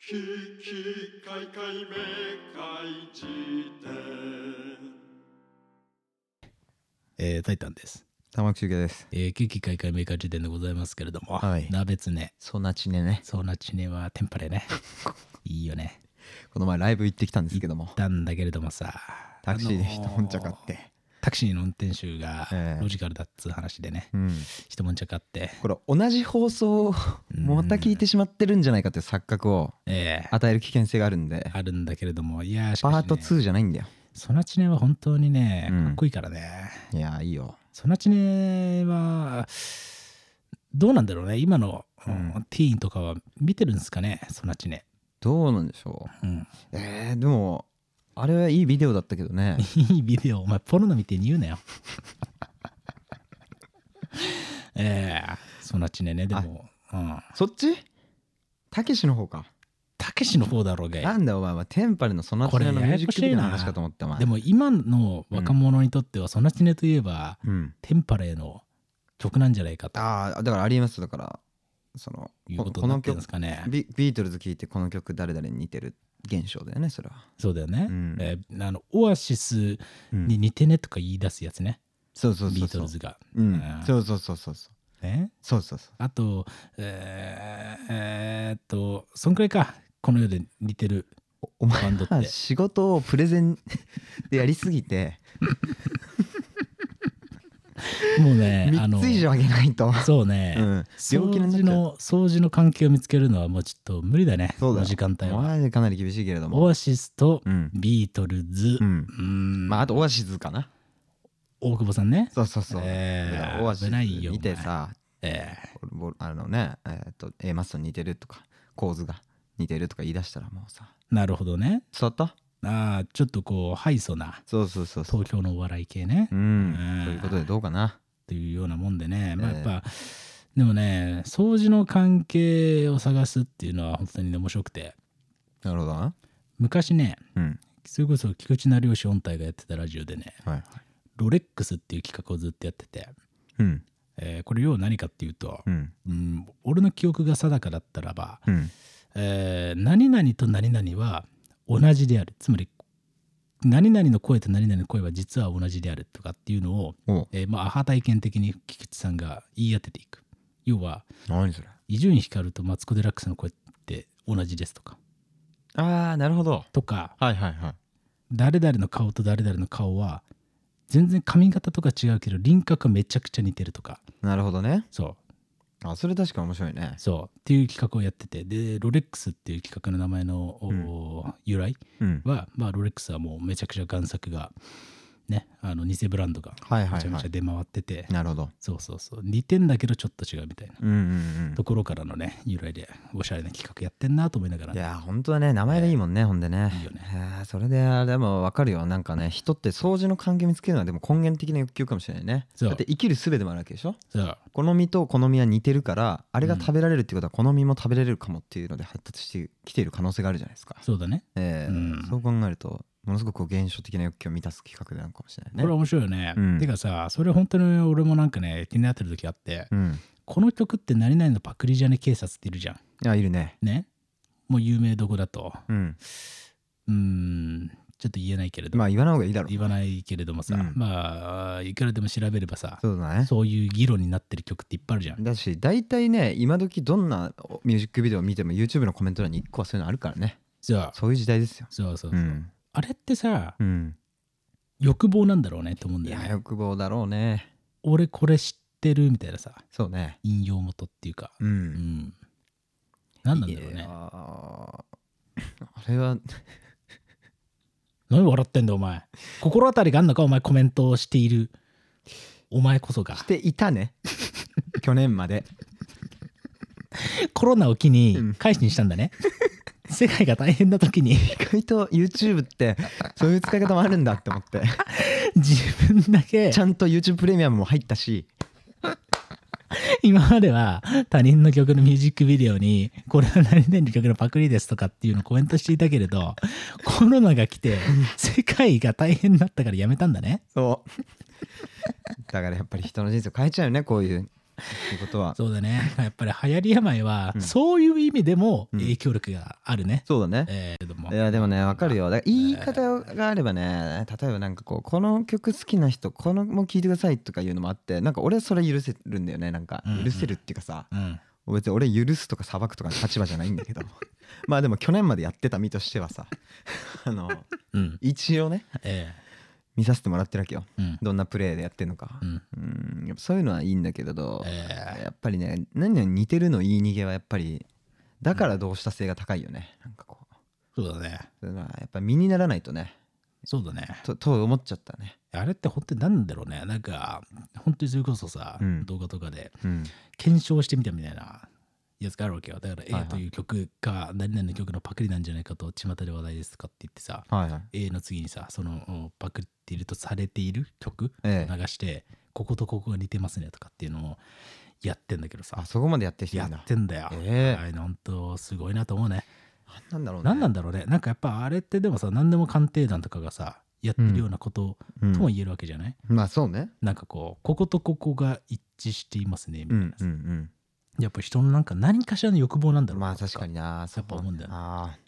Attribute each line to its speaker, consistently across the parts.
Speaker 1: ききかいかいめかい辞典
Speaker 2: えー、タイタンです。
Speaker 3: 玉木修介です。
Speaker 2: えー、景気開会メーカー時点でございますけれども、
Speaker 3: はい
Speaker 2: なべつね、
Speaker 3: ソナチネね。
Speaker 2: そうなちねはテンパレ ね。いいよね。
Speaker 3: この前ライブ行ってきたんですけども、
Speaker 2: なんだけれどもさ、
Speaker 3: タクシーで
Speaker 2: あ
Speaker 3: 一
Speaker 2: のー
Speaker 3: 本茶買って。
Speaker 2: タクシーの運転手が
Speaker 3: ええ
Speaker 2: ロジカルだっつう話でね、
Speaker 3: うん。
Speaker 2: 一悶着あって、
Speaker 3: これ同じ放送をまた聞いてしまってるんじゃないかという錯覚を
Speaker 2: ええ
Speaker 3: 与える危険性があるんで、
Speaker 2: あるんだけれども、いやー、し
Speaker 3: パ
Speaker 2: かし、ね、
Speaker 3: ート2じゃないんだよ。
Speaker 2: ソナチネは本当にね、
Speaker 3: うん
Speaker 2: かっこいいからね。
Speaker 3: いやー、いいよ。
Speaker 2: ソナチネは、どうなんだろうね、今の、うん
Speaker 3: うん
Speaker 2: ティーンとかは見てるんですかね、ソナチネ。
Speaker 3: どうなんでしょ
Speaker 2: うん、
Speaker 3: う。えー、でも、あれはいいビデオだったけど ね。
Speaker 2: いいビデオ、お前、ポルノみてえに言うなよ。 ええそんなちねね、でも、うん。
Speaker 3: そっちたけしの方か。
Speaker 2: たけしの方だろうが
Speaker 3: なんだお前はテンパルのソナチネの
Speaker 2: こ
Speaker 3: ミ
Speaker 2: れ
Speaker 3: ュ
Speaker 2: やや
Speaker 3: ージ
Speaker 2: こ
Speaker 3: ッ
Speaker 2: しい
Speaker 3: ク
Speaker 2: な
Speaker 3: ビデオの話かと思ったお前
Speaker 2: で。も、今の若者にとっては、そんなちねといえば、
Speaker 3: うん。
Speaker 2: テンパレーの曲なんじゃないかと
Speaker 3: ああ、だからありえますよだから、その、
Speaker 2: いう
Speaker 3: こ
Speaker 2: こと
Speaker 3: こ
Speaker 2: になっ
Speaker 3: の
Speaker 2: てるんで
Speaker 3: 曲
Speaker 2: すかね。
Speaker 3: ビビートルズ聴いてこの曲誰々に似てる現象だよねそれは、
Speaker 2: そうだよね。
Speaker 3: うん
Speaker 2: えーあのオアシスに似てねとか言い出すやつね、
Speaker 3: そうそう
Speaker 2: ビ
Speaker 3: そう
Speaker 2: ート
Speaker 3: そう
Speaker 2: ルズが。
Speaker 3: うん
Speaker 2: あー
Speaker 3: そうそうそうそうそう
Speaker 2: ね、
Speaker 3: そうそうそう
Speaker 2: あと、えーえーっと、そんくらいか、この世で似てる
Speaker 3: おお前
Speaker 2: バンドっ
Speaker 3: は
Speaker 2: て。
Speaker 3: 仕事をプレゼンでやりすぎて
Speaker 2: もうね、あ
Speaker 3: 3
Speaker 2: の
Speaker 3: つ、以上あげないと
Speaker 2: そうね、
Speaker 3: うん
Speaker 2: 掃
Speaker 3: 病気になっちゃ
Speaker 2: 除
Speaker 3: う
Speaker 2: の掃除の関係を見つけるのはもうちょっと無理だね、
Speaker 3: そう
Speaker 2: こ
Speaker 3: だよ
Speaker 2: の時間帯は。
Speaker 3: マジでかなり厳しいけれども
Speaker 2: オアシスと
Speaker 3: うん
Speaker 2: ビートルズ、う
Speaker 3: う
Speaker 2: ん
Speaker 3: んまああとオアシズかな
Speaker 2: 大久保さんね。
Speaker 3: そうそうそう
Speaker 2: えー
Speaker 3: だからオアシズ
Speaker 2: 危ないよ
Speaker 3: 見てさ
Speaker 2: え
Speaker 3: ボあのねえーっと A マスと似てるとか構図が似てるとか言い出したらもうさ
Speaker 2: ーなるほどね。
Speaker 3: 伝わった
Speaker 2: ああ、ちょっとこう、ハイソな
Speaker 3: そうそうそうそう
Speaker 2: 東京のお笑い系ね、
Speaker 3: う
Speaker 2: うん
Speaker 3: んということでどうかな
Speaker 2: というようなもんでね、まあ、
Speaker 3: え
Speaker 2: やっ
Speaker 3: え
Speaker 2: ぱ、でもね、掃除の関係を探すっていうのは本当にね面白くて、
Speaker 3: なるほどな
Speaker 2: 昔ね、
Speaker 3: うん
Speaker 2: それこそ菊池成吉音体がやってたラジオでね、
Speaker 3: はい
Speaker 2: ロレックスっていう企画をずっとやってて、
Speaker 3: うん
Speaker 2: えーこれ要は何かっていうと、
Speaker 3: うん
Speaker 2: うん、俺の記憶が定かだったらば、
Speaker 3: うん
Speaker 2: えー何々と何々は同じであるつまり何々の声と何々の声は実は同じであるとかっていうのを、
Speaker 3: おう
Speaker 2: えーまあ、アハ体験的に菊池さんが言い当てていく要は
Speaker 3: 何それ
Speaker 2: 伊集院光とマツコ・デラックスの声って同じですとか
Speaker 3: ああなるほど
Speaker 2: とか
Speaker 3: はいはいはい
Speaker 2: 誰々の顔と誰々の顔は全然髪型とか違うけど輪郭がめちゃくちゃ似てるとか
Speaker 3: なるほどね
Speaker 2: そう
Speaker 3: あそれ確か面白いね
Speaker 2: そうっていう企画をやっててでロレックスっていう企画の名前の、お由来
Speaker 3: うん
Speaker 2: は、まあ、ロレックスはもうめちゃくちゃ贋作がねあの偽ブランドが
Speaker 3: はいは
Speaker 2: めち
Speaker 3: い
Speaker 2: ゃめ
Speaker 3: は
Speaker 2: ちゃ
Speaker 3: い
Speaker 2: 出回ってて、
Speaker 3: なるほど
Speaker 2: そうそうそう似てんだけどちょっと違うみたいな
Speaker 3: うんうん
Speaker 2: ところからのね由来でおしゃれな企画やってんなと思いなが
Speaker 3: う
Speaker 2: ら
Speaker 3: んいやー本当だね名前がいいもんねほんでね
Speaker 2: いいよね
Speaker 3: あーそれであれでも分かるよなんかね人って掃除の関係見つけるのはでも根源的な欲求かもしれないね
Speaker 2: そう
Speaker 3: だって生きる術でもあるわけでしょ
Speaker 2: そう
Speaker 3: 好みと好みは似てるからあれが食べられるってことは好みも食べれるかもっていうので発達してきている可能性があるじゃないですか
Speaker 2: そうだね
Speaker 3: えー
Speaker 2: うん
Speaker 3: そう考えるとものすごくこう現象的な欲求を満たす企画なのかもしれないね
Speaker 2: これ面白いよね、
Speaker 3: うん
Speaker 2: てかさそれ本当に俺もなんかね気になってる時あって、
Speaker 3: うん
Speaker 2: この曲って何々のパクリじゃね警察っているじゃん
Speaker 3: あいるね
Speaker 2: ねもう有名どこだと
Speaker 3: うん
Speaker 2: うーんちょっと言えないけれど、
Speaker 3: まあ言わない方がいいだろう
Speaker 2: 言わないけれどもさ、
Speaker 3: うん
Speaker 2: まあいくらでも調べればさ
Speaker 3: そうだね
Speaker 2: そういう議論になってる曲っていっぱいあるじゃん。
Speaker 3: だし大体ね今時どんなミュージックビデオを見ても YouTube のコメント欄に1個はそういうのあるからね
Speaker 2: そう
Speaker 3: そういう時代ですよ
Speaker 2: そうそうそう、
Speaker 3: うん
Speaker 2: あれってさ
Speaker 3: うん
Speaker 2: 欲望なんだろうねと思うん
Speaker 3: い
Speaker 2: だよ
Speaker 3: や
Speaker 2: ね。
Speaker 3: 欲望だろうね
Speaker 2: 俺これ知ってるみたいなさ
Speaker 3: そうね
Speaker 2: 引用元っていうか、
Speaker 3: う
Speaker 2: うんん、何なんだろう
Speaker 3: いや
Speaker 2: ね
Speaker 3: ー。あれは
Speaker 2: 何笑ってんだお前心当たりがあんのかお前コメントをしているお前こそが
Speaker 3: していた ね去年まで
Speaker 2: コロナを機
Speaker 3: う
Speaker 2: に
Speaker 3: ん
Speaker 2: 改心したんだ ね世界が大変な時に
Speaker 3: 意外と YouTube ってそういう使い方もあるんだって思って
Speaker 2: 自分だけ
Speaker 3: ちゃんと YouTube プレミアムも入ったし
Speaker 2: 今までは他人の曲のミュージックビデオにこれは何々の曲のパクリですとかっていうのをコメントしていたけれどコロナが来て世界が大変になったからやめたんだね
Speaker 3: そうだからやっぱり人の人生を変えちゃうよねこういうっていうことは
Speaker 2: そうだね。やっぱり流行り病は、
Speaker 3: うん
Speaker 2: そういう意味でも影響力があるね。
Speaker 3: そうだね、
Speaker 2: えー、どうも
Speaker 3: いやでもねわかるよだから言い方があればね例えばなんかこうこの曲好きな人このも聴いてくださいとかいうのもあってなんか俺はそれ許せるんだよねなんか
Speaker 2: うんうん
Speaker 3: 許せるっていうかさ
Speaker 2: うん。
Speaker 3: 別に俺許すとか裁くとかの立場じゃないんだけどまあでも去年までやってた身としてはさあの
Speaker 2: うん。
Speaker 3: 一応ね
Speaker 2: え
Speaker 3: 見させてもらってるわけよ
Speaker 2: ーうん。
Speaker 3: どんなプレーでやってんのか
Speaker 2: うん。
Speaker 3: うんやっぱそういうのはいいんだけれど
Speaker 2: え
Speaker 3: やっぱりね何々似てるの言い逃げはやっぱりだからどうした性が高いよねなんかこう
Speaker 2: ー、そうだね。
Speaker 3: そういうのはやっぱ身にならないとね
Speaker 2: そうだね。
Speaker 3: とと思っちゃったね。
Speaker 2: あれって本当に何なんだろうね。なんか、本当にそれこそさ、
Speaker 3: うん
Speaker 2: 動画とかで
Speaker 3: うん、
Speaker 2: 検証してみたみたいなやつがあるわけよ。だから
Speaker 3: はいは
Speaker 2: A
Speaker 3: い
Speaker 2: という曲が何々の曲のパクリなんじゃないかと巷で話題ですとかって言ってさ、
Speaker 3: はいはい。
Speaker 2: A の次にさ、そのうんパクっているとされている曲を
Speaker 3: ええ
Speaker 2: 流して、こことここが似てますねとかっていうのをやってんだけどさ
Speaker 3: あ、そこまでやってきて
Speaker 2: や
Speaker 3: るんだ
Speaker 2: っ。てんだよ。
Speaker 3: ええ
Speaker 2: あれ本当すごいなと思うね。
Speaker 3: なんだろうね。
Speaker 2: 何なんだろうね。なんかやっぱあれってでもさ、何でも鑑定団とかがさ、やってるようなこと
Speaker 3: うん
Speaker 2: とも言えるわけじゃない、
Speaker 3: まあそうね。
Speaker 2: なんかこうこことここが一致していますねみた
Speaker 3: う
Speaker 2: い
Speaker 3: ん
Speaker 2: な、
Speaker 3: うん
Speaker 2: やっぱ人のなんか何かしらの欲望なんだろ
Speaker 3: うん。
Speaker 2: う
Speaker 3: まあ確かにな。
Speaker 2: やっぱ思うんだよね
Speaker 3: ああ。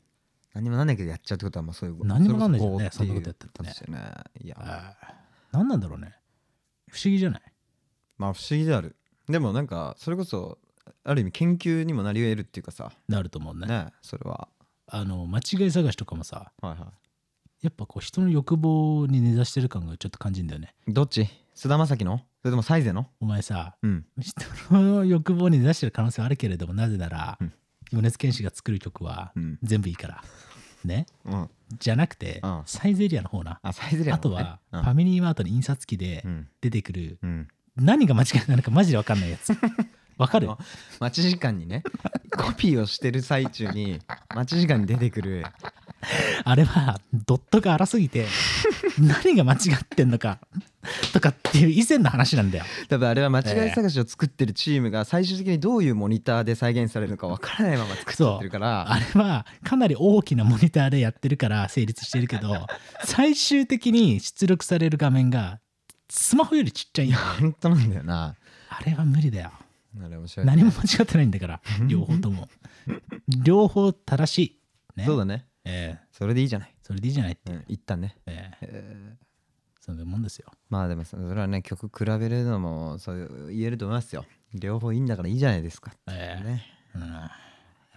Speaker 3: 何もなんないけどやっちゃうってことはもうそういう
Speaker 2: 何にもなんないじゃんね
Speaker 3: れこ
Speaker 2: そんなことやったってね
Speaker 3: こだよね。いや、
Speaker 2: ああ何なんだろうね不思議じゃない
Speaker 3: まあ不思議である。でもなんかそれこそある意味研究にもなり得るっていうかさ。
Speaker 2: なると思うね
Speaker 3: ね、それは。
Speaker 2: あの間違い探しとかもさ
Speaker 3: はいは
Speaker 2: やっぱこう人の欲望に根ざしてる感がちょっと感じるんだよね
Speaker 3: い。どっち菅田将暉のそれともサイゼの
Speaker 2: お前さ
Speaker 3: うん。
Speaker 2: 人の欲望に根ざしてる可能性はあるけれどもなぜなら、
Speaker 3: うん
Speaker 2: 米津玄師が作る曲は
Speaker 3: うん。
Speaker 2: 全部いいから、ね
Speaker 3: うん。
Speaker 2: じゃなくて、
Speaker 3: うん
Speaker 2: サイゼリアの方な
Speaker 3: あ、サイゼリア
Speaker 2: あ
Speaker 3: の方
Speaker 2: と
Speaker 3: ね
Speaker 2: は、ファミリーマートの印刷機で
Speaker 3: うん。
Speaker 2: 出てくる、
Speaker 3: うん。うん
Speaker 2: 何が間違いなのかマジで分かんないや つ分かる
Speaker 3: あ待ち時間 にねコピーをしてる最中に待ち時間に出てくる
Speaker 2: あれはドットが荒すぎ て何が間違ってんのかとかっていう以前の話なんだよ
Speaker 3: 多分あれは間違い探しを作ってるチームが最終的にどういうモニターで再現されるのかわからないまま作っちゃってるから
Speaker 2: あれはかなり大きなモニターでやってるから成立してるけど最終的に出力される画面がスマホよりちっちゃいんだよ
Speaker 3: 本当なんだよな
Speaker 2: あれは無理だよ
Speaker 3: あれ面白いね
Speaker 2: 何も間違ってないんだから両方とも両方正しいね
Speaker 3: そうだね
Speaker 2: ええ
Speaker 3: それでいいじゃない、
Speaker 2: それでいいじゃないって、
Speaker 3: うん、一旦ね
Speaker 2: ええ
Speaker 3: えー
Speaker 2: そんなもんですよ
Speaker 3: まあでもそれはね曲比べるのもそういう言えると思いますよ両方いいんだからいいじゃないですか
Speaker 2: ええ
Speaker 3: ね
Speaker 2: うん
Speaker 3: や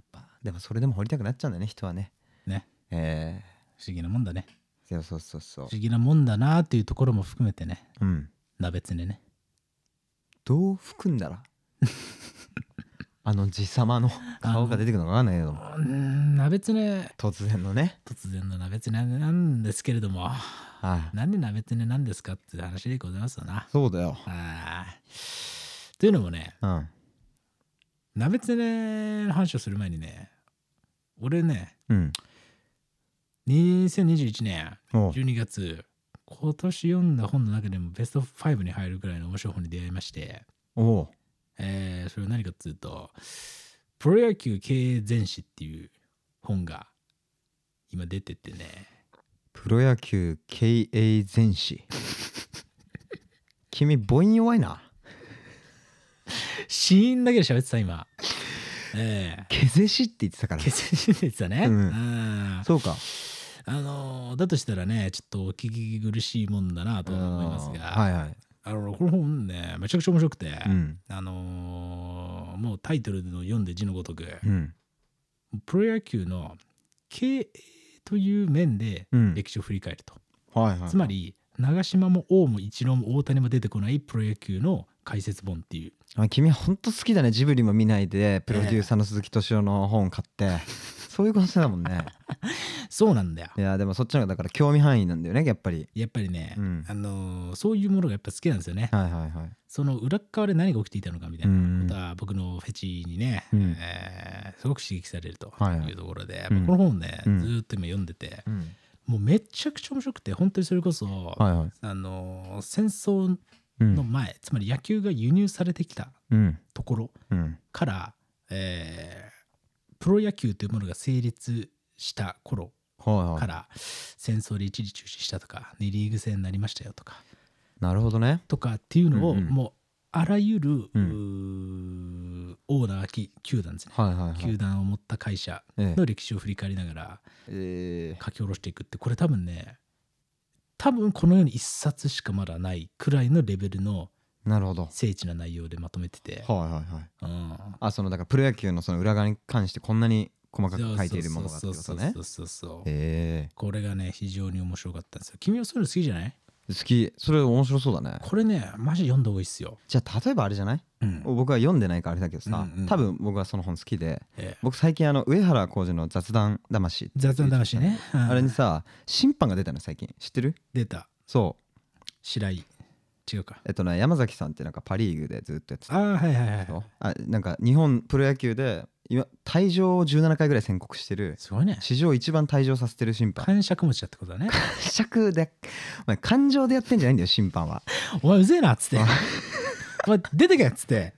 Speaker 3: っぱでもそれでも掘りたくなっちゃうんだよね人はね
Speaker 2: ね
Speaker 3: え
Speaker 2: 不思議なもんだね
Speaker 3: ー、いやそうそうそう
Speaker 2: 不思議なもんだなっていうところも含めてね
Speaker 3: うん
Speaker 2: 鍋つねね
Speaker 3: どう含ん だらあの爺様の顔が出てくるのかわかんないけど
Speaker 2: うーん鍋つね
Speaker 3: 突然のね
Speaker 2: 突然の鍋つねなんですけれども
Speaker 3: はい
Speaker 2: なんで鍋つねなんですかって話でございますよな
Speaker 3: そうだよ
Speaker 2: あーというのもね
Speaker 3: うん
Speaker 2: 鍋つねの話をする前にね俺ね
Speaker 3: うん
Speaker 2: 2021年
Speaker 3: おう
Speaker 2: 12月今年読んだ本の中でもベスト5に入るくらいの面白い本に出会いまして、
Speaker 3: おう
Speaker 2: えーそれは何かっていうと「プロ野球経営全史」っていう本が今出ててね
Speaker 3: プロ野球経営全史君母音弱いな
Speaker 2: 死因だけで喋ってた今ええ
Speaker 3: けぜしって言ってたから
Speaker 2: 血縁ですよね、
Speaker 3: うん
Speaker 2: あー
Speaker 3: そうか
Speaker 2: あのーだとしたらねちょっとお聞き苦しいもんだなとは思いますが、
Speaker 3: うんはいはい
Speaker 2: あのこの本ねめちゃくちゃ面白くて、
Speaker 3: うん
Speaker 2: あのーもうタイトルの読んで字のごとく、
Speaker 3: うん
Speaker 2: プロ野球の経営という面で
Speaker 3: うん
Speaker 2: 歴史を振り返ると、
Speaker 3: はいはい
Speaker 2: つまり長嶋も王も一郎も大谷も出てこないプロ野球の解説本っていう
Speaker 3: あ君は本当好きだねジブリも見ないでプロデューサーの鈴木敏夫の本買って、 そういうことだもんね
Speaker 2: そうなんだよ
Speaker 3: いやでもそっちの方がだから興味範囲なんだよねやっぱり
Speaker 2: やっぱりね、
Speaker 3: うん
Speaker 2: あのーそういうものがやっぱ好きなんですよね、
Speaker 3: はいはいはい
Speaker 2: その裏っ側で何が起きていたのかみたいな
Speaker 3: うん
Speaker 2: ことは僕のフェチにね、
Speaker 3: うん
Speaker 2: えーすごく刺激されると
Speaker 3: はいはい
Speaker 2: いうところで、
Speaker 3: うん
Speaker 2: まあこの本ね、
Speaker 3: うん
Speaker 2: ずーっと今読んでて
Speaker 3: うん
Speaker 2: もうめちゃくちゃ面白くて本当にそれこそ、
Speaker 3: はいはい
Speaker 2: あのー戦争
Speaker 3: うん
Speaker 2: の前、つまり野球が輸入されてきた
Speaker 3: うん
Speaker 2: ところ
Speaker 3: うん
Speaker 2: から、えープロ野球というものが成立した頃
Speaker 3: はいは
Speaker 2: か
Speaker 3: い
Speaker 2: ら戦争で一時中止したとか2リーグ制になりましたよとか
Speaker 3: なるほどね
Speaker 2: とかっていうのを
Speaker 3: うんうん
Speaker 2: もあらゆる、
Speaker 3: う
Speaker 2: うーオーナーき球団ですね、
Speaker 3: はいはいはい
Speaker 2: 球団を持った会社
Speaker 3: え
Speaker 2: の歴史を振り返りながら
Speaker 3: ええ
Speaker 2: 書き下ろしていくってこれ多分ね多分この世に一冊しかまだないくらいのレベルの
Speaker 3: ーなるほどはい
Speaker 2: 精緻な内容でまとめてて、
Speaker 3: はいはい
Speaker 2: うん、
Speaker 3: あそのだからプロ野球のその裏側に関してこんなに細かく書いているものがってことね
Speaker 2: そうそうそうそうそう
Speaker 3: え
Speaker 2: これがね非常に面白かったんですよ君はそういうの好きじゃない
Speaker 3: え好きそれ面白そうだね
Speaker 2: これねマジ読んだ方がいいっすよ、
Speaker 3: じゃあ例えばあれじゃない
Speaker 2: うん
Speaker 3: 僕は読んでないからあれだけどさ
Speaker 2: うんうん
Speaker 3: 多分僕はその本好きで
Speaker 2: ええ
Speaker 3: 僕最近あの上原浩二の雑談魂っていう
Speaker 2: 雑談魂ね、うん
Speaker 3: あれにさ審判が出たの最近知ってる
Speaker 2: 出た
Speaker 3: そう
Speaker 2: 白井違うか
Speaker 3: えっとね山崎さんってなんかパ・リーグでずっとやってた
Speaker 2: ああはいはいはい
Speaker 3: 人あなんか日本プロ野球で今退場を17回ぐらい宣告してる
Speaker 2: すごいね
Speaker 3: 史上一番退場させてる審判
Speaker 2: 感触持ちだってことだね
Speaker 3: 尺でお前感情でやってんじゃないんだよ審判は
Speaker 2: お前うぜえなっつって
Speaker 3: あ
Speaker 2: お前出てけっつって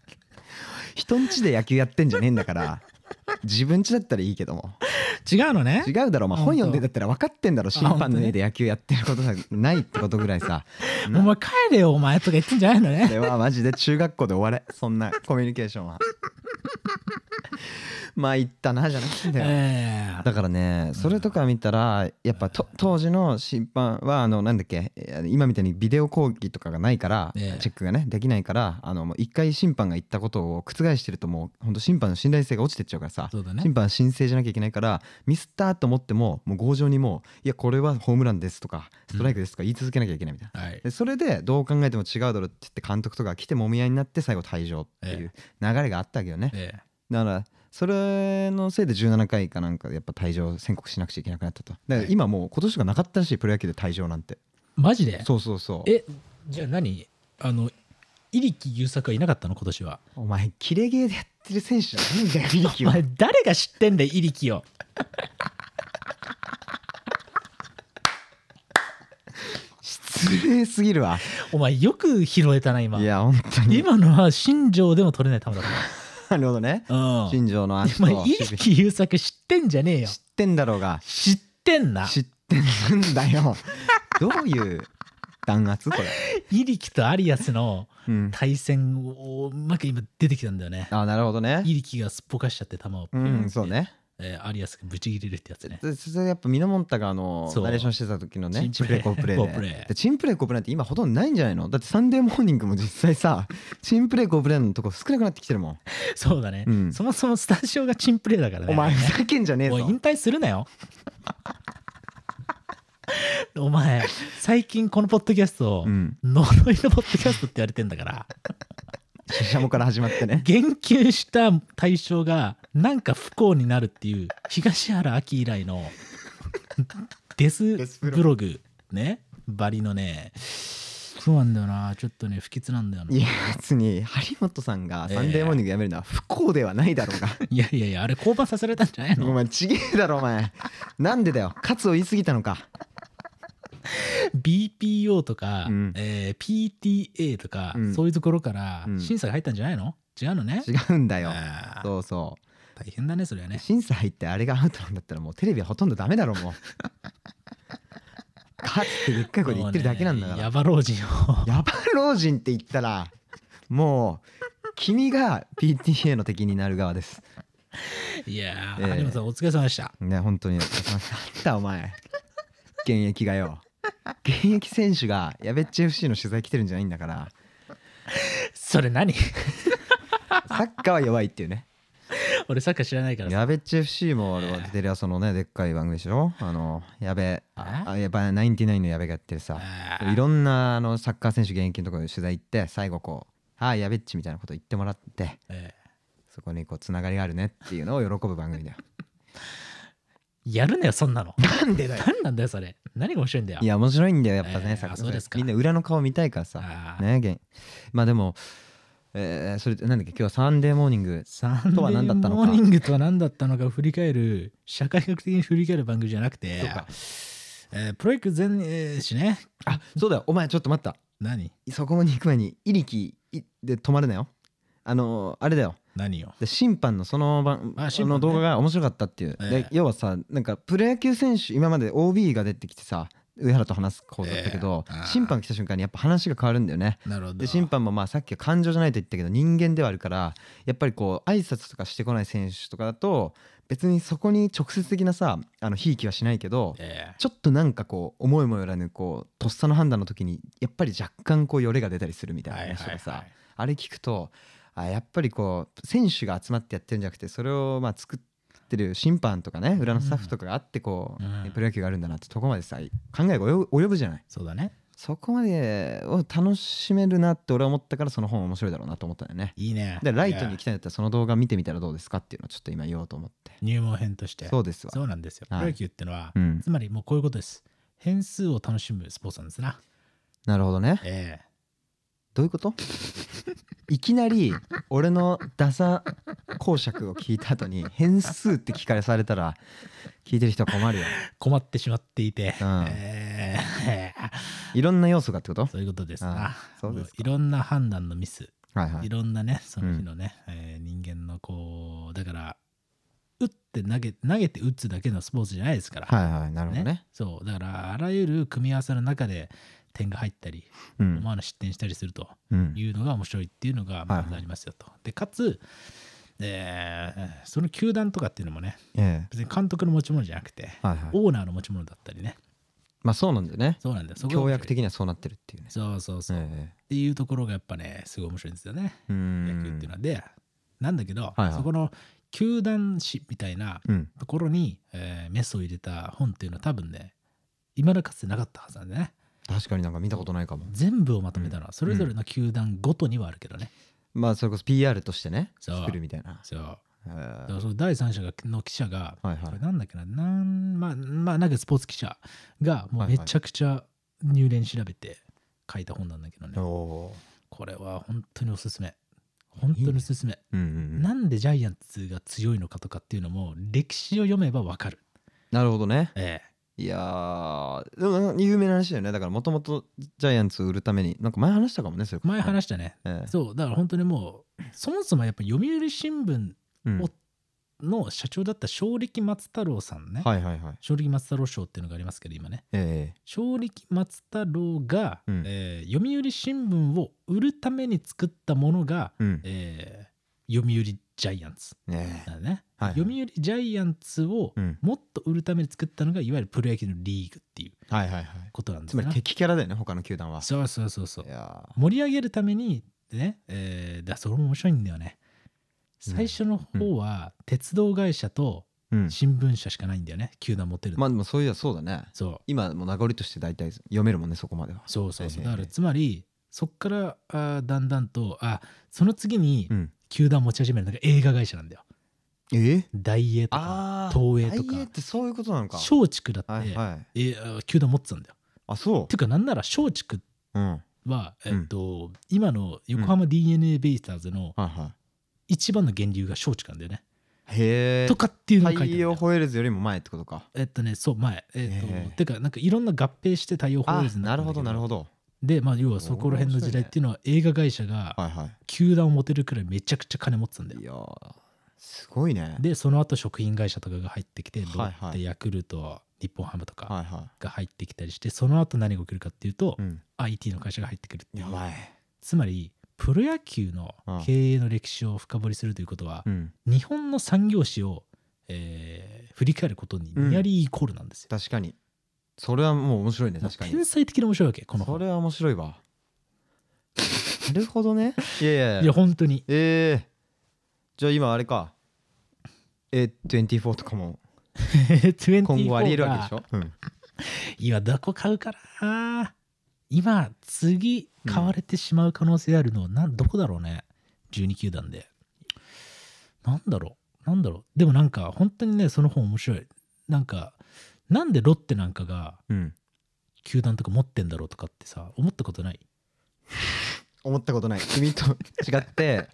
Speaker 3: 人んちで野球やってんじゃねえんだから自分ちだったらいいけども
Speaker 2: 違うのね
Speaker 3: 違うだろお前
Speaker 2: あ
Speaker 3: 本読んでんだったら分かってんだろ審判の家で野球やってるこ となんかないってことぐらいさ
Speaker 2: お
Speaker 3: な
Speaker 2: 前帰れよお前とか言ってんじゃないの
Speaker 3: こ
Speaker 2: ね
Speaker 3: れはマジで中学校で終われそんなコミュニケーションは まあ言ったなじゃなくてだよ
Speaker 2: ええ
Speaker 3: だからねそれとか見たらやっぱと当時の審判はあのなんだっけえー今みたいにビデオ講義とかがないからチ
Speaker 2: え
Speaker 3: ェ
Speaker 2: え
Speaker 3: ックがねできないからあのもう一回審判が言ったことを覆してるともう本当審判の信頼性が落ちてっちゃうからさ
Speaker 2: そうだね
Speaker 3: 審判申請じゃなきゃいけないからミスったと思ってももう強情にもういやこれはホームランですとかストライクですとか言い続けなきゃいけないみたいな。
Speaker 2: はい
Speaker 3: でそれでどう考えても違うだろうって言って監督とか来てもみ合いになって最後退場っていう流れがあったわけよね。
Speaker 2: ええ
Speaker 3: だからそれのせいで17回かなんかでやっぱ退場宣告しなくちゃいけなくなったとだから今もう今年がなかったらしいプロ野球で退場なんて
Speaker 2: マジで
Speaker 3: そうそうそう
Speaker 2: えじゃあ何あの入木優作はいなかったの今年は
Speaker 3: お前キレゲーでやってる選手じゃないんだよリリ
Speaker 2: お
Speaker 3: キは
Speaker 2: 前誰が知ってんだよ入木を
Speaker 3: 失礼すぎるわ
Speaker 2: お前よく拾えたな今
Speaker 3: いや本当に
Speaker 2: 今のは新庄でも取れない球だっ
Speaker 3: なるほどね
Speaker 2: た うん
Speaker 3: 新庄の足
Speaker 2: お前
Speaker 3: と守
Speaker 2: 入
Speaker 3: 備知
Speaker 2: 木優作知ってんじゃねえよ
Speaker 3: ってんだろうが
Speaker 2: 知ってんな
Speaker 3: 知ってんだ よどういう弾圧これ
Speaker 2: イリキとアリアスの
Speaker 3: うん
Speaker 2: 対戦をうまく今出てきたんだよね。
Speaker 3: あなるほどね
Speaker 2: イリキがすっぽかしちゃって球を。
Speaker 3: うんそう。ね
Speaker 2: えーアリアスがブチ切れるってやつね。
Speaker 3: でそれやっぱミノモンタがあの
Speaker 2: そう
Speaker 3: ナレーションしてた時のね
Speaker 2: チ
Speaker 3: チ
Speaker 2: ンプ
Speaker 3: ンプ
Speaker 2: レ
Speaker 3: レコープレイ
Speaker 2: コープレ
Speaker 3: で
Speaker 2: イ
Speaker 3: でチンプレコープレイって今ほとんどないんじゃないのだってサンデーモーニングも実際さチンプレコープレイのとこ少なくなってきてるもん
Speaker 2: そうだね、
Speaker 3: うん
Speaker 2: そもそもスタジオがチンプレーだからね。
Speaker 3: お前ふざけんじゃねえ
Speaker 2: おい
Speaker 3: ぞ
Speaker 2: 引退するなよ。 お前、最近このポッドキャストを、
Speaker 3: うん
Speaker 2: 呪いのポッドキャストって言われてんだから、
Speaker 3: ししゃもから始ま ってね
Speaker 2: 言及した対象がなんか不幸になるっていう東原秋以 来のデ
Speaker 3: デ
Speaker 2: ス
Speaker 3: スブログ
Speaker 2: ブログねバリのねそうなんだよなちょっとね不吉なんだよない
Speaker 3: や別に張本さんがサンデーモーニングやめるのは不幸ではないだろうが、
Speaker 2: いやいやいや あれ降板させられたんじゃない
Speaker 3: お
Speaker 2: の
Speaker 3: 前ちげえだろお前なんでだよ勝を言い過ぎたのか
Speaker 2: BPO とか、
Speaker 3: うん
Speaker 2: えー PTA とか、
Speaker 3: うん
Speaker 2: そういうところから
Speaker 3: うん
Speaker 2: 審査が入ったんじゃないの違うのね
Speaker 3: 違うんだよ
Speaker 2: あー
Speaker 3: そうそ
Speaker 2: 大変だねそれは
Speaker 3: う
Speaker 2: ね
Speaker 3: 審査入ってあれがアウトなんだったらもうテレビはほとんどダメだ ろもう勝つってでっかい声で言ってるだけなんだから
Speaker 2: もうねヤバ老人を
Speaker 3: ヤバ老人って言ったらもう君が PTA の敵になる側です。
Speaker 2: いや
Speaker 3: え
Speaker 2: ー
Speaker 3: え
Speaker 2: 有馬さんお疲れ様でした
Speaker 3: ね本当に。なんだお前現役がよ。現役選手がやべっち FC の取材来てるんじゃないんだから
Speaker 2: それ何
Speaker 3: サッカーは弱いっていうね。
Speaker 2: 俺サッカー知らないからさ
Speaker 3: やべっち FC も俺はテレ朝のねでっかい番組でしょあのやべ
Speaker 2: あ
Speaker 3: あやっぱナインティナインのやべがやってるさ
Speaker 2: あー
Speaker 3: いろんなあのサッカー選手現役のところに取材行って最後こう「ああやべっち」みたいなこと言ってもらって
Speaker 2: え
Speaker 3: そこにこうつながりがあるねっていうのを喜ぶ番組だ よ。
Speaker 2: えやるなよそんなの
Speaker 3: なんでだ
Speaker 2: 何なんだよそれ何が面白いんだよ
Speaker 3: いや面白いんだよやっぱ
Speaker 2: え
Speaker 3: ね、
Speaker 2: ー
Speaker 3: サッカー
Speaker 2: そうですか
Speaker 3: みんな裏の顔見たいからさ
Speaker 2: あー
Speaker 3: ねげんまあでも、えーそれなんだっけ今日はサンデーモーニング
Speaker 2: サンデ
Speaker 3: とは何だ
Speaker 2: ー
Speaker 3: ったのか
Speaker 2: モーニングとは何だったのかを振り返る社会学的に振り返る番組じゃなくて
Speaker 3: そうか
Speaker 2: えープロイク全えーしね
Speaker 3: あそうだよお前ちょっと待った
Speaker 2: 何
Speaker 3: そこに行く前にイリキいで止まるなよあのーあれだよ
Speaker 2: 何よ
Speaker 3: で審判のその番
Speaker 2: あ
Speaker 3: そ
Speaker 2: 審判ね
Speaker 3: の動画が面白かったっていう、
Speaker 2: ええ
Speaker 3: で要はさなんかプロ野球選手今まで OB が出てきてさ上原と話す方だったけど、
Speaker 2: ええあー
Speaker 3: 審判来た瞬間にやっぱ話が変わるんだよね。
Speaker 2: なるほど。
Speaker 3: で審判もまあさっきは感情じゃないと言ったけど人間ではあるからやっぱりこう挨拶とかしてこない選手とかだと別にそこに直接的なさあのひいきはしないけど
Speaker 2: ええ
Speaker 3: ちょっとなんかこう思いもよらぬこうとっさの判断の時にやっぱり若干こうよれが出たりするみたいな話とか
Speaker 2: はいは
Speaker 3: さ
Speaker 2: いはい
Speaker 3: あれ聞くとあやっぱりこう選手が集まってやってるんじゃなくてそれをまあ作ってる審判とかね裏のスタッフとかがあってこう、
Speaker 2: うん
Speaker 3: プロ野球があるんだなってとこまでさ考えが及ぶ及ぶじゃない。
Speaker 2: そうだね。
Speaker 3: そこまでを楽しめるなって俺は思ったからその本面白いだろうなと思ったんだよね。
Speaker 2: いいね。
Speaker 3: でライトに行
Speaker 2: え
Speaker 3: きたいんだったらその動画見てみたらどうですかっていうのをちょっと今言おうと思って。
Speaker 2: え入門編として。
Speaker 3: そうですわ。
Speaker 2: そうなんですよ。プ
Speaker 3: はい
Speaker 2: ロ野球ってのは、
Speaker 3: うん
Speaker 2: つ、まりもうこういうことです。変数を楽しむスポーツなんですな。
Speaker 3: なるほどね。
Speaker 2: ええ
Speaker 3: どういうこといきなり俺のダサ講釈を聞いた後に変数って聞かされたら聞いてる人は困るよ。
Speaker 2: 困ってしまっていて、
Speaker 3: うん
Speaker 2: ええ
Speaker 3: いろんな要素がってこと
Speaker 2: そういうことですな
Speaker 3: あ。そうですか
Speaker 2: もいろんな判断のミス、
Speaker 3: はいはいい。
Speaker 2: ろんなね、その日のね、えー人間のこう、だから、打って投げ、投げて打つだけのスポーツじゃないですから。
Speaker 3: はいはい。なるほどね。
Speaker 2: そう、だから、あらゆる組み合わせの中で点が入ったり、
Speaker 3: うん
Speaker 2: 思。わぬ失点したりすると
Speaker 3: うん、
Speaker 2: いうのが面白いっていうのが、まずありますよと。で、かつ、えーその球団とかっていうのもね、
Speaker 3: ええ
Speaker 2: 別に監督の持ち物じゃなくて、
Speaker 3: はいはい。
Speaker 2: オーナーの持ち物だったりね。
Speaker 3: まあそうなんだよね。
Speaker 2: そうなんだよ。そこが
Speaker 3: 協
Speaker 2: 面白い
Speaker 3: 約的にはそうなってるっていうね。
Speaker 2: そうそうそう。っ
Speaker 3: え
Speaker 2: ていうところがやっぱね、すごい面白いんですよね。
Speaker 3: えうん。
Speaker 2: 野球っていうのは。で、なんだけど、
Speaker 3: いはい
Speaker 2: そこの球団誌みたいな
Speaker 3: うん。
Speaker 2: ところに、えーメスを入れた本っていうのは多分ね、今までかつてなかったはずなんでね。
Speaker 3: 確かになんか見たことないかも。
Speaker 2: 全部をまとめたのは、それぞれの球団ごとにはあるけどね。
Speaker 3: まあそれこそ PR としてね、
Speaker 2: そう
Speaker 3: 作るみたいな。
Speaker 2: そう。
Speaker 3: え
Speaker 2: だ
Speaker 3: え
Speaker 2: からその第三者がの記者が、
Speaker 3: はい
Speaker 2: こ
Speaker 3: は
Speaker 2: れ
Speaker 3: い。
Speaker 2: なんだっけな、なんまあ、まあ、なんかスポーツ記者が、もう
Speaker 3: はいはい
Speaker 2: めちゃくちゃ入念に調べて書いた本なんだけどね。
Speaker 3: おお
Speaker 2: これは本当におすすめ。本当におすすめ。
Speaker 3: ー。うんうんうん。
Speaker 2: なんでジャイアンツが強いのかとかっていうのも歴史を読めばわかる。
Speaker 3: なるほどね。
Speaker 2: え
Speaker 3: いやーでもなんか有名な話だよねだからもともとジャイアンツを売るためになんか前話したかもねそれ
Speaker 2: え、前話したね。
Speaker 3: ええ
Speaker 2: そう、だから本当にもう、そもそもやっぱ読売新聞
Speaker 3: うん
Speaker 2: おの社長だった正力松太郎さんね。
Speaker 3: はいはいはい
Speaker 2: 正力松太郎賞っていうのがありますけど、今ね。
Speaker 3: え
Speaker 2: 正力松太郎が、
Speaker 3: うん
Speaker 2: えー読売新聞を売るために作ったものが、
Speaker 3: えうん
Speaker 2: えー読売ジャイアンツ
Speaker 3: ねえ
Speaker 2: だね。
Speaker 3: はいはい
Speaker 2: 読売ジャイアンツを
Speaker 3: うん
Speaker 2: もっと売るために作ったのがいわゆるプロ野球のリーグっていう
Speaker 3: はいはいはい
Speaker 2: ことなんで
Speaker 3: つ
Speaker 2: す
Speaker 3: ま
Speaker 2: ね
Speaker 3: り。敵キャラだよね他の球団は
Speaker 2: そうそうそうそう
Speaker 3: い。や
Speaker 2: 盛り上げるためにね、えーだそれも面白いんだよね。最初の方は鉄道会社と
Speaker 3: ーうん
Speaker 2: 新聞社しかないんだよね、球団持てるの。
Speaker 3: まあでもそういやそうだね
Speaker 2: そう
Speaker 3: 今もう名残として大体読めるもんねそこまでは
Speaker 2: そうそうそう。
Speaker 3: ええ
Speaker 2: だからつまりそこからあーだんだんとあその次に
Speaker 3: うん
Speaker 2: 球団持ち始めるのが映画会社なんだよ。
Speaker 3: え
Speaker 2: 大映とか
Speaker 3: ああ
Speaker 2: 東映とか
Speaker 3: 大映ってそういうことなのか
Speaker 2: 松竹だって、
Speaker 3: はいは
Speaker 2: え
Speaker 3: い
Speaker 2: ーあー球団持ってたんだよ。
Speaker 3: あそ
Speaker 2: ていうかなんなら松竹
Speaker 3: ううんはい
Speaker 2: は、え
Speaker 3: ん
Speaker 2: っと今の横浜 d n a ベイスターズの
Speaker 3: は
Speaker 2: 一番の源流が松竹なんだよね。
Speaker 3: いへえ
Speaker 2: とかっていうのを書いてあるん
Speaker 3: 太
Speaker 2: だよ
Speaker 3: 陽ホエールズよりも前ってことか
Speaker 2: えっとね、そう、前。えっと、
Speaker 3: ええ
Speaker 2: てか、なんかいろんな合併して対応ホー
Speaker 3: あ
Speaker 2: ルズにな
Speaker 3: な
Speaker 2: った
Speaker 3: る
Speaker 2: んだ
Speaker 3: ほ
Speaker 2: け
Speaker 3: どなるほど
Speaker 2: で、まあ、要はそこら辺の時代っていうのは映画会社が
Speaker 3: はいはい
Speaker 2: 球団を持てるくらいめちゃくちゃ金持ってたんだよ
Speaker 3: い。やーすごいね。
Speaker 2: で、その後食品会社とかが入ってきて、ロ
Speaker 3: はい
Speaker 2: ッ
Speaker 3: は
Speaker 2: テ、
Speaker 3: い
Speaker 2: ヤクルト、日本ハムとか
Speaker 3: はいは
Speaker 2: が入ってきたりして、その後何が起きるかっていうと
Speaker 3: い。う、ん、
Speaker 2: IT の会社が入ってくるっていう。
Speaker 3: ばい。
Speaker 2: つまり、プロ野球の
Speaker 3: ああ
Speaker 2: 経営の歴史を深掘りするということは
Speaker 3: う、ん、
Speaker 2: 日本の産業史を、えー振り返ることにニアリーイコールなんですよ。
Speaker 3: 確かに。それはもう面白いね、確かに
Speaker 2: 天。才的に面白いわけ、この
Speaker 3: そ
Speaker 2: 本
Speaker 3: れ。は面白いわ。 なるほどね。いやいや
Speaker 2: いや、本当に。
Speaker 3: ええじゃあ今あれか。え、24とかも今
Speaker 2: 今
Speaker 3: 後ありえるわけでしょ。うん、
Speaker 2: 今どこ買うかな今次買われてしまう可能性あるのは、なんどこだろうね12球団でなんだろうなんだろうでもなんか本当にねその本面白いなんかなんでロッテなんかが
Speaker 3: うん。
Speaker 2: 球団とか持ってんだろうとかってさ思ったことない
Speaker 3: 思ったことない。君と 違って、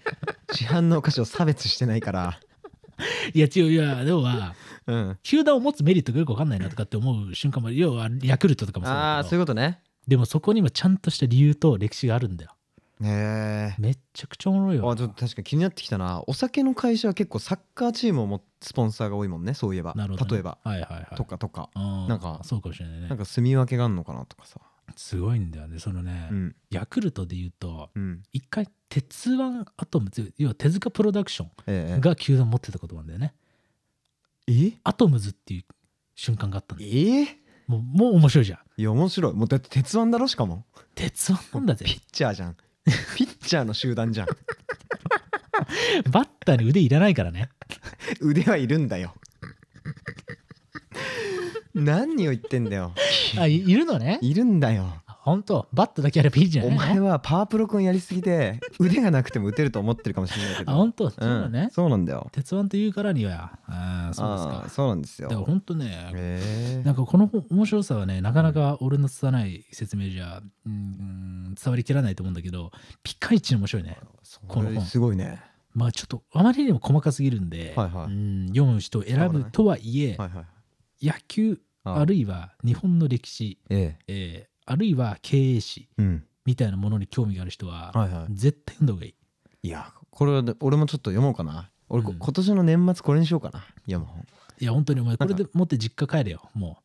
Speaker 3: 市販のお菓子を差別してないから。
Speaker 2: いや違ういやでもは
Speaker 3: うん。
Speaker 2: 球団を持つメリットがよく分かんないなとかって思う瞬間もある要はヤクルトとかもそう
Speaker 3: あ
Speaker 2: だ
Speaker 3: あ、
Speaker 2: け
Speaker 3: そう
Speaker 2: ど
Speaker 3: いうことね。
Speaker 2: でもそこにもちゃんとした理由と歴史があるんだよ
Speaker 3: ねえ
Speaker 2: めっちゃくちゃおもろいよ
Speaker 3: あちょっと確かに気になってきたなお酒の会社は結構サッカーチームをもスポンサーが多いもんねそういえば
Speaker 2: なるほどね、
Speaker 3: 例えば、
Speaker 2: はいはいはい
Speaker 3: とかとか
Speaker 2: あー
Speaker 3: なんか
Speaker 2: そうかもしれないね
Speaker 3: なんか住み分けがあるのかなとかさ
Speaker 2: すごいんだよねそのね、
Speaker 3: うん
Speaker 2: ヤクルトで言うと
Speaker 3: うん
Speaker 2: 一回鉄腕アトムって要は手塚プロダクショ
Speaker 3: え
Speaker 2: ンが球団持ってたことなんだよね、
Speaker 3: ええ
Speaker 2: アトムズっていう瞬間があったんだよ
Speaker 3: え
Speaker 2: もうもう面白いじゃん
Speaker 3: いや面白いもうだって鉄腕だろしかも
Speaker 2: 鉄腕なんだぜ
Speaker 3: ピッチャーじゃんピッチャーの 集団じゃん
Speaker 2: バッターに腕いらないからね
Speaker 3: 腕はいるんだよ何を言ってんだよ
Speaker 2: あいいるのね
Speaker 3: いるんだよ
Speaker 2: 本当バットだけあればいいんじゃな
Speaker 3: お
Speaker 2: いの
Speaker 3: 前はパワープロ君やりすぎて腕がなくても打てると思ってるかもしれないけど
Speaker 2: あ本当そうだ
Speaker 3: うん
Speaker 2: ね、
Speaker 3: そうなんだよ
Speaker 2: 鉄腕というからにはあーそうです
Speaker 3: あ
Speaker 2: か
Speaker 3: ーそうなんですよ
Speaker 2: だから本当ね、
Speaker 3: へ
Speaker 2: なんかこの面白さはねなかなか俺の拙い説明じゃ、うん、伝わりきらないと思うんだけどピカイチ面白いねこの
Speaker 3: え
Speaker 2: 本
Speaker 3: すごいね
Speaker 2: まあちょっとあまりにも細かすぎるんで、
Speaker 3: はいはい
Speaker 2: うん、読む人を選ぶとはいえ、
Speaker 3: はいはい
Speaker 2: 野球あるいは日本の歴史、
Speaker 3: え
Speaker 2: えーあるいは経営史
Speaker 3: えうん
Speaker 2: みたいなものに興味がある人は、
Speaker 3: はいは
Speaker 2: 絶対読んだ方がいい。
Speaker 3: いいやこれはね俺もちょっと読もうかな俺こ
Speaker 2: うん
Speaker 3: 今年の年末これにしようかな読む本
Speaker 2: いや本当にお前
Speaker 3: か
Speaker 2: これで持って実家帰れよも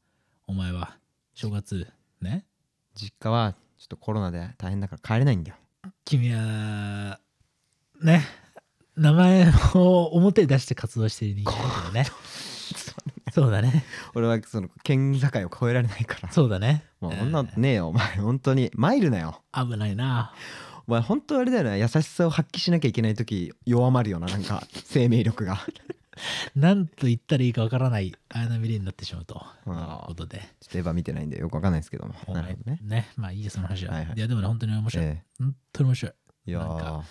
Speaker 2: うお前は正月ね
Speaker 3: 実家はちょっとコロナで大変だから帰れないんだよ
Speaker 2: 君はね名前を表に出して活動してる人間だけど ねそうだね
Speaker 3: 俺はその県境を越えられないから
Speaker 2: そうだね
Speaker 3: もう そんなの
Speaker 2: え
Speaker 3: ねえよお前本当にマイルなよ
Speaker 2: ー危ないな
Speaker 3: お前本当あれだよね優しさを発揮しなきゃいけない時弱まるよななんか生命力が ちょ
Speaker 2: 何と言ったらいいかわからない綾波レイになってしまうという
Speaker 3: あー
Speaker 2: ことで
Speaker 3: っとエヴァ見てないんでよくわかんないですけども
Speaker 2: お
Speaker 3: なる
Speaker 2: 前
Speaker 3: ほどね
Speaker 2: ねまあいいやその話は、
Speaker 3: はい
Speaker 2: い
Speaker 3: はい
Speaker 2: やでもね本当に面白い、
Speaker 3: え
Speaker 2: 本当に面白い
Speaker 3: えいや
Speaker 2: なん
Speaker 3: ー
Speaker 2: か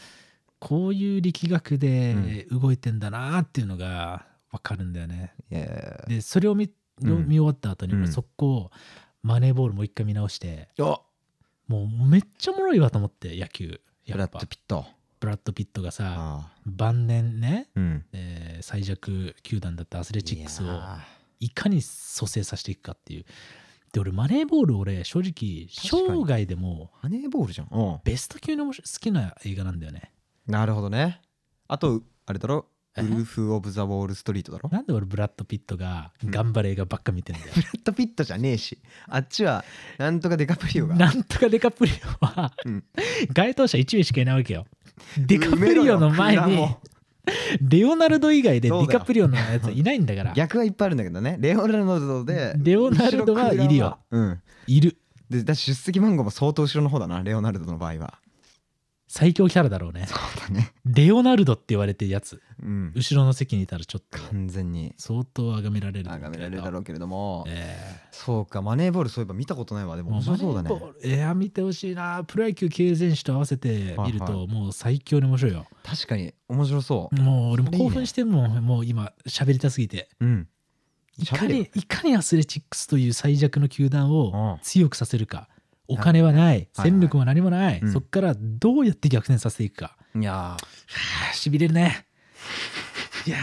Speaker 2: こういう力学で動いてんだなーっていうのがわかるんだよね、
Speaker 3: ええ
Speaker 2: でそれを見,、
Speaker 3: うん
Speaker 2: 見終わった後に
Speaker 3: うん
Speaker 2: 俺速攻マネーボールもう一回見直して
Speaker 3: よ
Speaker 2: もうめっちゃおもろいわと思って野球や
Speaker 3: ブラ
Speaker 2: っ
Speaker 3: ッ
Speaker 2: ぱ
Speaker 3: ド・ピット
Speaker 2: ブラッド・ピットがさ
Speaker 3: ああ
Speaker 2: 晩年ね、
Speaker 3: うん
Speaker 2: えー最弱球団だったアスレチックスを
Speaker 3: いや
Speaker 2: いかに蘇生させていくかっていうで俺マネーボール俺正直
Speaker 3: 確かに
Speaker 2: 生涯でも
Speaker 3: ーマネーボールじゃんうん
Speaker 2: ベスト級の面白い好きな映画なんだよね
Speaker 3: なるほどねあとあれだろウ
Speaker 2: え
Speaker 3: ルフ・オブ・ザ・ウォール・ストリートだろブ
Speaker 2: なんで俺ブラッド・ピットが
Speaker 3: うん
Speaker 2: 頑張れ映画ばっか見てんだよ、
Speaker 3: ラッド・ピットじゃねえしあっちはなんとかデカプリオが
Speaker 2: なんとかデカプリオは、
Speaker 3: うん
Speaker 2: 該当者1名しかいないわけよ。デカプリオの前
Speaker 3: 埋めろ
Speaker 2: に
Speaker 3: よ蔵も
Speaker 2: レオナルド以外でデ
Speaker 3: そうだよ
Speaker 2: ィカプリオのやついないんだから。
Speaker 3: 逆はいっぱいあるんだけどねレオナルドで
Speaker 2: レオナルドはいるよ
Speaker 3: 後ろクーラーはうん
Speaker 2: いる。
Speaker 3: でだ出席番号も相当後ろの方だなレオナルドの場合は
Speaker 2: 最強キャラだろうね。
Speaker 3: そうだね
Speaker 2: レオナルドって言われてるやつ。
Speaker 3: うん
Speaker 2: 後ろの席にいたらちょっと
Speaker 3: 完全に
Speaker 2: 相当崇められると思う
Speaker 3: 眺
Speaker 2: け
Speaker 3: め
Speaker 2: ど。
Speaker 3: られるだろうけれども
Speaker 2: え
Speaker 3: そうかマネーボールそういえば見たことないわで
Speaker 2: え
Speaker 3: も
Speaker 2: も
Speaker 3: 面
Speaker 2: うマ
Speaker 3: 白
Speaker 2: ネ
Speaker 3: そ
Speaker 2: ー
Speaker 3: うだね
Speaker 2: ボールいや見てほしいなプロ野球経営選手と合わせて見る
Speaker 3: はいは
Speaker 2: ともう最強に面白いよ
Speaker 3: 確かに面白そう
Speaker 2: もう俺も
Speaker 3: いいね
Speaker 2: 興奮してもんもう今喋りたすぎて
Speaker 3: うん
Speaker 2: いか
Speaker 3: 喋れよ
Speaker 2: にいかにアスレチックスという最弱の球団
Speaker 3: う
Speaker 2: を
Speaker 3: ん
Speaker 2: 強くさせるか、お金はない、
Speaker 3: はいはい
Speaker 2: 戦力も何もない、
Speaker 3: うん
Speaker 2: そこからどうやって逆転させていくか、
Speaker 3: いやー
Speaker 2: はあしびれるね。いや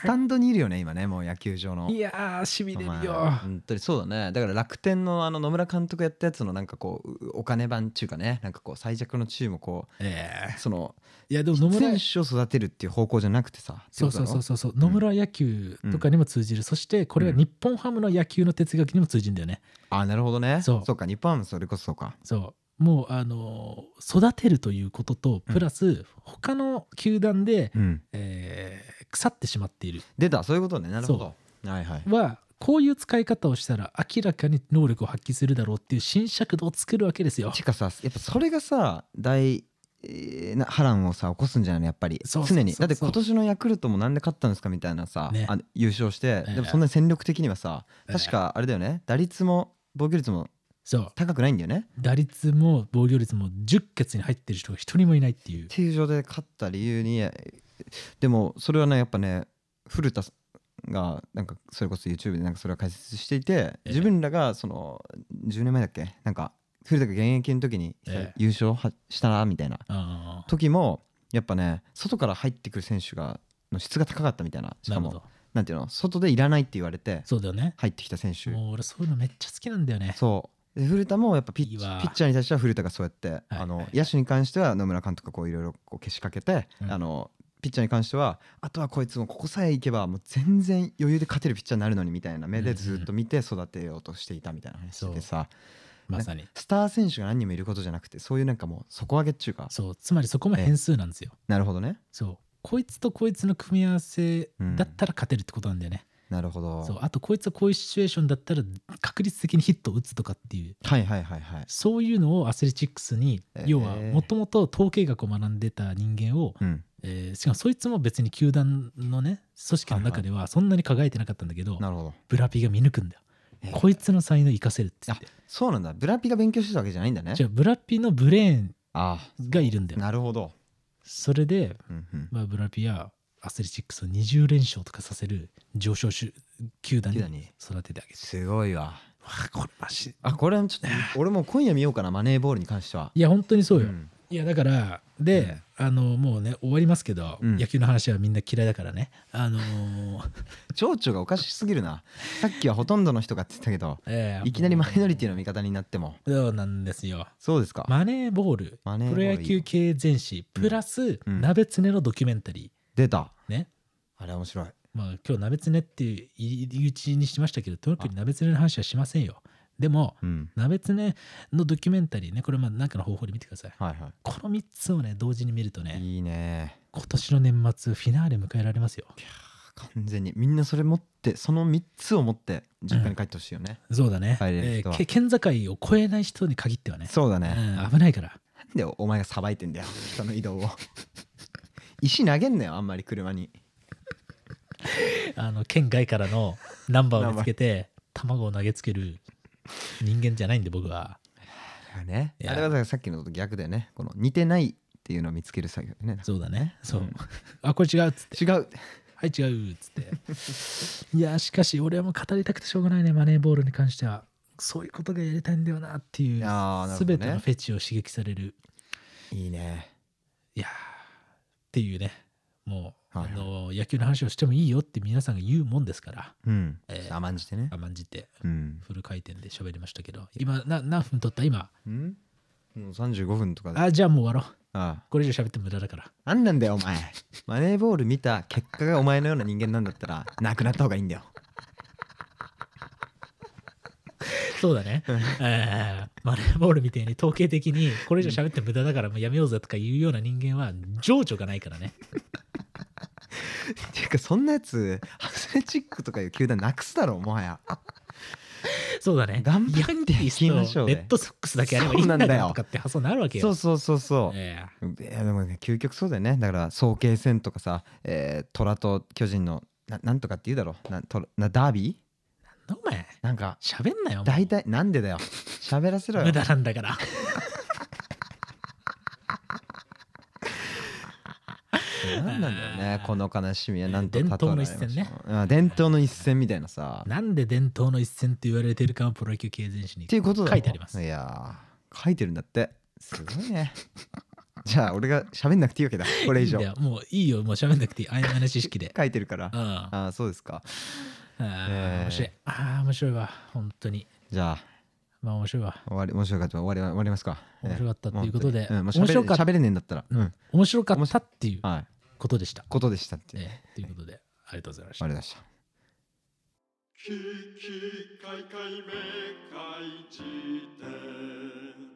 Speaker 3: スタンドにいるよね今ねもう野球場の
Speaker 2: ー、いやー、しびれる
Speaker 3: お前
Speaker 2: よ。
Speaker 3: 本当にそうだねだから楽天のあの野村監督やったやつのなんかこうお金版っていうかねなんかこう最弱のチームをこ
Speaker 2: え
Speaker 3: うその
Speaker 2: ーいや、でも野村
Speaker 3: 選、手を育てるっていう方向じゃなくてさ
Speaker 2: そうそうそう
Speaker 3: そ
Speaker 2: そうそう、野村野球とかにも通じる、そしてこれは日本ハムの野球の哲学にも通じるんだよね。
Speaker 3: あなるほどね
Speaker 2: そう
Speaker 3: そうか日本ハムそれこそそうか
Speaker 2: そうもうあのー育てるということとプラス、他の球団で、
Speaker 3: うん
Speaker 2: えー腐ってしまっている
Speaker 3: 出たそういうことねなるほどはいはい
Speaker 2: はこういう使い方をしたら明らかに能力を発揮するだろうっていう新尺度を作るわけですよ
Speaker 3: て。かさやっぱそれがさ大えーな波乱をさ起こすんじゃないのやっぱり
Speaker 2: そうそう
Speaker 3: 常に
Speaker 2: そ
Speaker 3: だ
Speaker 2: う
Speaker 3: って今年のヤクルトもなんで勝ったんですかみたいなさ、
Speaker 2: ね
Speaker 3: あの優勝し
Speaker 2: え
Speaker 3: て、
Speaker 2: え
Speaker 3: でもそんなに戦力的にはさ
Speaker 2: ええ
Speaker 3: 確かあれだよね打率も防御率も
Speaker 2: そう
Speaker 3: 高くないんだよね
Speaker 2: 打率も防御率も10決に入ってる人が一人もいないっていう
Speaker 3: っ。ていう状態で勝った理由にでもそれはねやっぱね古田がなんかそれこそ YouTube でなんかそれを解説していて
Speaker 2: え
Speaker 3: 自分らがその10年前だっけなんか古田が現役の時に
Speaker 2: ええ
Speaker 3: 優勝はしたなみたいな
Speaker 2: あー
Speaker 3: 時もやっぱね外から入ってくる選手がの質が高かったみたいなし
Speaker 2: な
Speaker 3: か
Speaker 2: るほ
Speaker 3: も
Speaker 2: ど。
Speaker 3: なんていうの外でいらないって言われて
Speaker 2: そうだよね。
Speaker 3: 入ってきた選手
Speaker 2: もう俺そういうのめっちゃ好きなんだよね。
Speaker 3: そで古田もやっぱピッ
Speaker 2: いい
Speaker 3: チ
Speaker 2: わ
Speaker 3: ピッチャーに対しては古田がそうやって、
Speaker 2: はい
Speaker 3: あ
Speaker 2: は
Speaker 3: の
Speaker 2: い
Speaker 3: 野手に関しては野村監督がこういろいろこうけしかけて、
Speaker 2: うん
Speaker 3: あのピッチャーに関してはあとはこいつもここさえいけばもう全然余裕で勝てるピッチャーになるのにみたいな目
Speaker 2: うんう
Speaker 3: で
Speaker 2: ん
Speaker 3: ずっと見て育てようとしていたみたいな話でさ、
Speaker 2: まさに。
Speaker 3: スター選手が何人もいることじゃなくてそういうなんかもう底上げっちゅうか
Speaker 2: そう、つまりそこも変数なんですよ。
Speaker 3: なるほどね
Speaker 2: そう。こいつとこいつの組み合わせだったら勝てるってことなんだよね。
Speaker 3: なるほど
Speaker 2: そう。あと、こいつはこういうシチュエーションだったら確率的にヒットを打つとかっていう。
Speaker 3: はいはいはいはい
Speaker 2: そういうのをアスレチックスに、
Speaker 3: えー
Speaker 2: 要はもともと統計学を学んでた人間を、
Speaker 3: うん
Speaker 2: えーしかもそいつも別に球団のね組織の中ではそんなに輝いてなかったんだけど、
Speaker 3: なるほど
Speaker 2: ブラピが見抜くんだよ、
Speaker 3: えー
Speaker 2: こいつの才能生かせるって言って
Speaker 3: そうなんだブラピが勉強してたわけじゃないんだね
Speaker 2: じゃあブラピのブレーン
Speaker 3: あ
Speaker 2: がいるんだ
Speaker 3: あ
Speaker 2: よ
Speaker 3: なるほど、
Speaker 2: それで、
Speaker 3: うんうん、
Speaker 2: まあ、ブラピやアスレチックスを20連勝とかさせる上昇手球団に
Speaker 3: 球団に
Speaker 2: 育ててあげて
Speaker 3: すごいわ
Speaker 2: わあこれマジ
Speaker 3: あこれはちょっと俺も今夜見ようかなマネーボールに関してはい
Speaker 2: や本当にそうよ、
Speaker 3: ん
Speaker 2: いやだからで、あのもうね終わりますけど、
Speaker 3: うん
Speaker 2: 野球の話はみんな嫌いだからねあのー
Speaker 3: 情緒がおかしすぎるなさっきはほとんどの人がって言ったけど
Speaker 2: ええ
Speaker 3: いきなりマイノリティの味方になっても
Speaker 2: そうなんですよ
Speaker 3: そうですか
Speaker 2: マネーボール
Speaker 3: マネーボ
Speaker 2: プ
Speaker 3: ールいい
Speaker 2: ロ
Speaker 3: よ
Speaker 2: 野球系全史プラス、
Speaker 3: うん
Speaker 2: 鍋つねのドキュメンタリ
Speaker 3: 出た
Speaker 2: ーね
Speaker 3: あれ面白い
Speaker 2: まあ今日鍋つねっていう入り口にしましたけど特に鍋つねの話はしませんよでも
Speaker 3: うん
Speaker 2: 鍋つねのドキュメンタリーねこれまあ何かの方法で見てください
Speaker 3: はいは
Speaker 2: この3つをね同時に見ると
Speaker 3: い
Speaker 2: ね
Speaker 3: いいね
Speaker 2: 今年の年末フィナーレ迎えられますよ
Speaker 3: 完全にみんなそれ持ってその3つを持って実家に帰ってほしいよね、
Speaker 2: そうだね、
Speaker 3: 帰れる
Speaker 2: え
Speaker 3: 人
Speaker 2: ー
Speaker 3: は
Speaker 2: け県境を越えない人に限ってはね
Speaker 3: そうだね、
Speaker 2: うん、危ないから
Speaker 3: なんでお前がさばいてんだよ人の移動を 石投げんなよあんまり車に
Speaker 2: あの県外からのナンバーを見つけ て卵を投げつける人間じゃないんで僕は
Speaker 3: ね
Speaker 2: いや
Speaker 3: あれはだからさっきのと逆だよねこの似てないっていうのを見つける作業だよね
Speaker 2: そうだねそう、
Speaker 3: うん
Speaker 2: あこれ違うっつって
Speaker 3: 違う
Speaker 2: はい違うっつって いやしかし俺はもう語りたくてしょうがないねマネーボールに関してはそういうことがやりたいんだよなっていう
Speaker 3: あーなるほどね
Speaker 2: 全てのフェチを刺激される
Speaker 3: いいね
Speaker 2: いやーっていうねもう、
Speaker 3: はいはい
Speaker 2: あの野球の話をしてもいいよって皆さんが言うもんですから
Speaker 3: うん、
Speaker 2: えー
Speaker 3: ちょっと甘んじてね
Speaker 2: 甘んじて
Speaker 3: うん、
Speaker 2: フル回転で喋りましたけど今な何分取った今
Speaker 3: うん、もう35分とかであ
Speaker 2: あじゃあもう終わろう
Speaker 3: あ
Speaker 2: これ以上喋っても無駄だから
Speaker 3: 何なんだよお前マネーボール見た結果がお前のような人間なんだったらなくなった方がいいんだよ
Speaker 2: そうだ ね、えーマネーボールみたいに統計的にこれ以上喋って無駄だからもうやめようぜとか言うような人間は情緒がないからね
Speaker 3: っていうかそんなやつアスレチックとかいう球団なくすだろもはや
Speaker 2: そうだね
Speaker 3: 頑張って
Speaker 2: ヤンキー
Speaker 3: いきま
Speaker 2: ス
Speaker 3: しょ
Speaker 2: と
Speaker 3: う
Speaker 2: レ
Speaker 3: ね
Speaker 2: ッドソックスだけあればいいんだ
Speaker 3: そうなんだ
Speaker 2: よ
Speaker 3: よ
Speaker 2: とかって発想になるわけよ
Speaker 3: そうそうそうそう、
Speaker 2: えー
Speaker 3: いやでもね究極そうだよねだから早慶戦とかさ、えー、虎と巨人のななんとかって言うだろなとなダービ
Speaker 2: なんだお前
Speaker 3: ーなんか
Speaker 2: 喋んなよもう
Speaker 3: 大体なんでだよ喋らせろよ
Speaker 2: 無駄なんだから
Speaker 3: なんなんだよねこの悲しみはなんと
Speaker 2: 伝統の
Speaker 3: 例え
Speaker 2: 一
Speaker 3: られま
Speaker 2: 戦
Speaker 3: しょう
Speaker 2: ね
Speaker 3: うん伝統の一戦みたいなさっ
Speaker 2: なんで伝統の一戦って言われてるかはプロ野球経済誌に
Speaker 3: ていうことだろ
Speaker 2: 書いてあります
Speaker 3: いやー書いてるんだってすごいね じゃあ俺が喋んなくていいわけだこれ以上
Speaker 2: いいんだよもういいよもう喋んなくていい曖昧な知識で
Speaker 3: 書いてるから
Speaker 2: うんあ
Speaker 3: ああ そうですか
Speaker 2: ー
Speaker 3: えー
Speaker 2: 面白いあー面白いわ本当に
Speaker 3: じゃあ
Speaker 2: まあ面白いわ
Speaker 3: 終わり面白かったら終わり終わりますか
Speaker 2: 面白かったっていうことで
Speaker 3: ええもう本当
Speaker 2: 面
Speaker 3: にうん、もう喋
Speaker 2: 白
Speaker 3: れ
Speaker 2: かった
Speaker 3: 喋れねえんだったらうん
Speaker 2: 面白かったっていう
Speaker 3: はい
Speaker 2: ことでした。
Speaker 3: ことでしたっていう、
Speaker 2: ええということで、ありがとうございました
Speaker 3: あ。れでした
Speaker 1: キキカイカイめかい辞典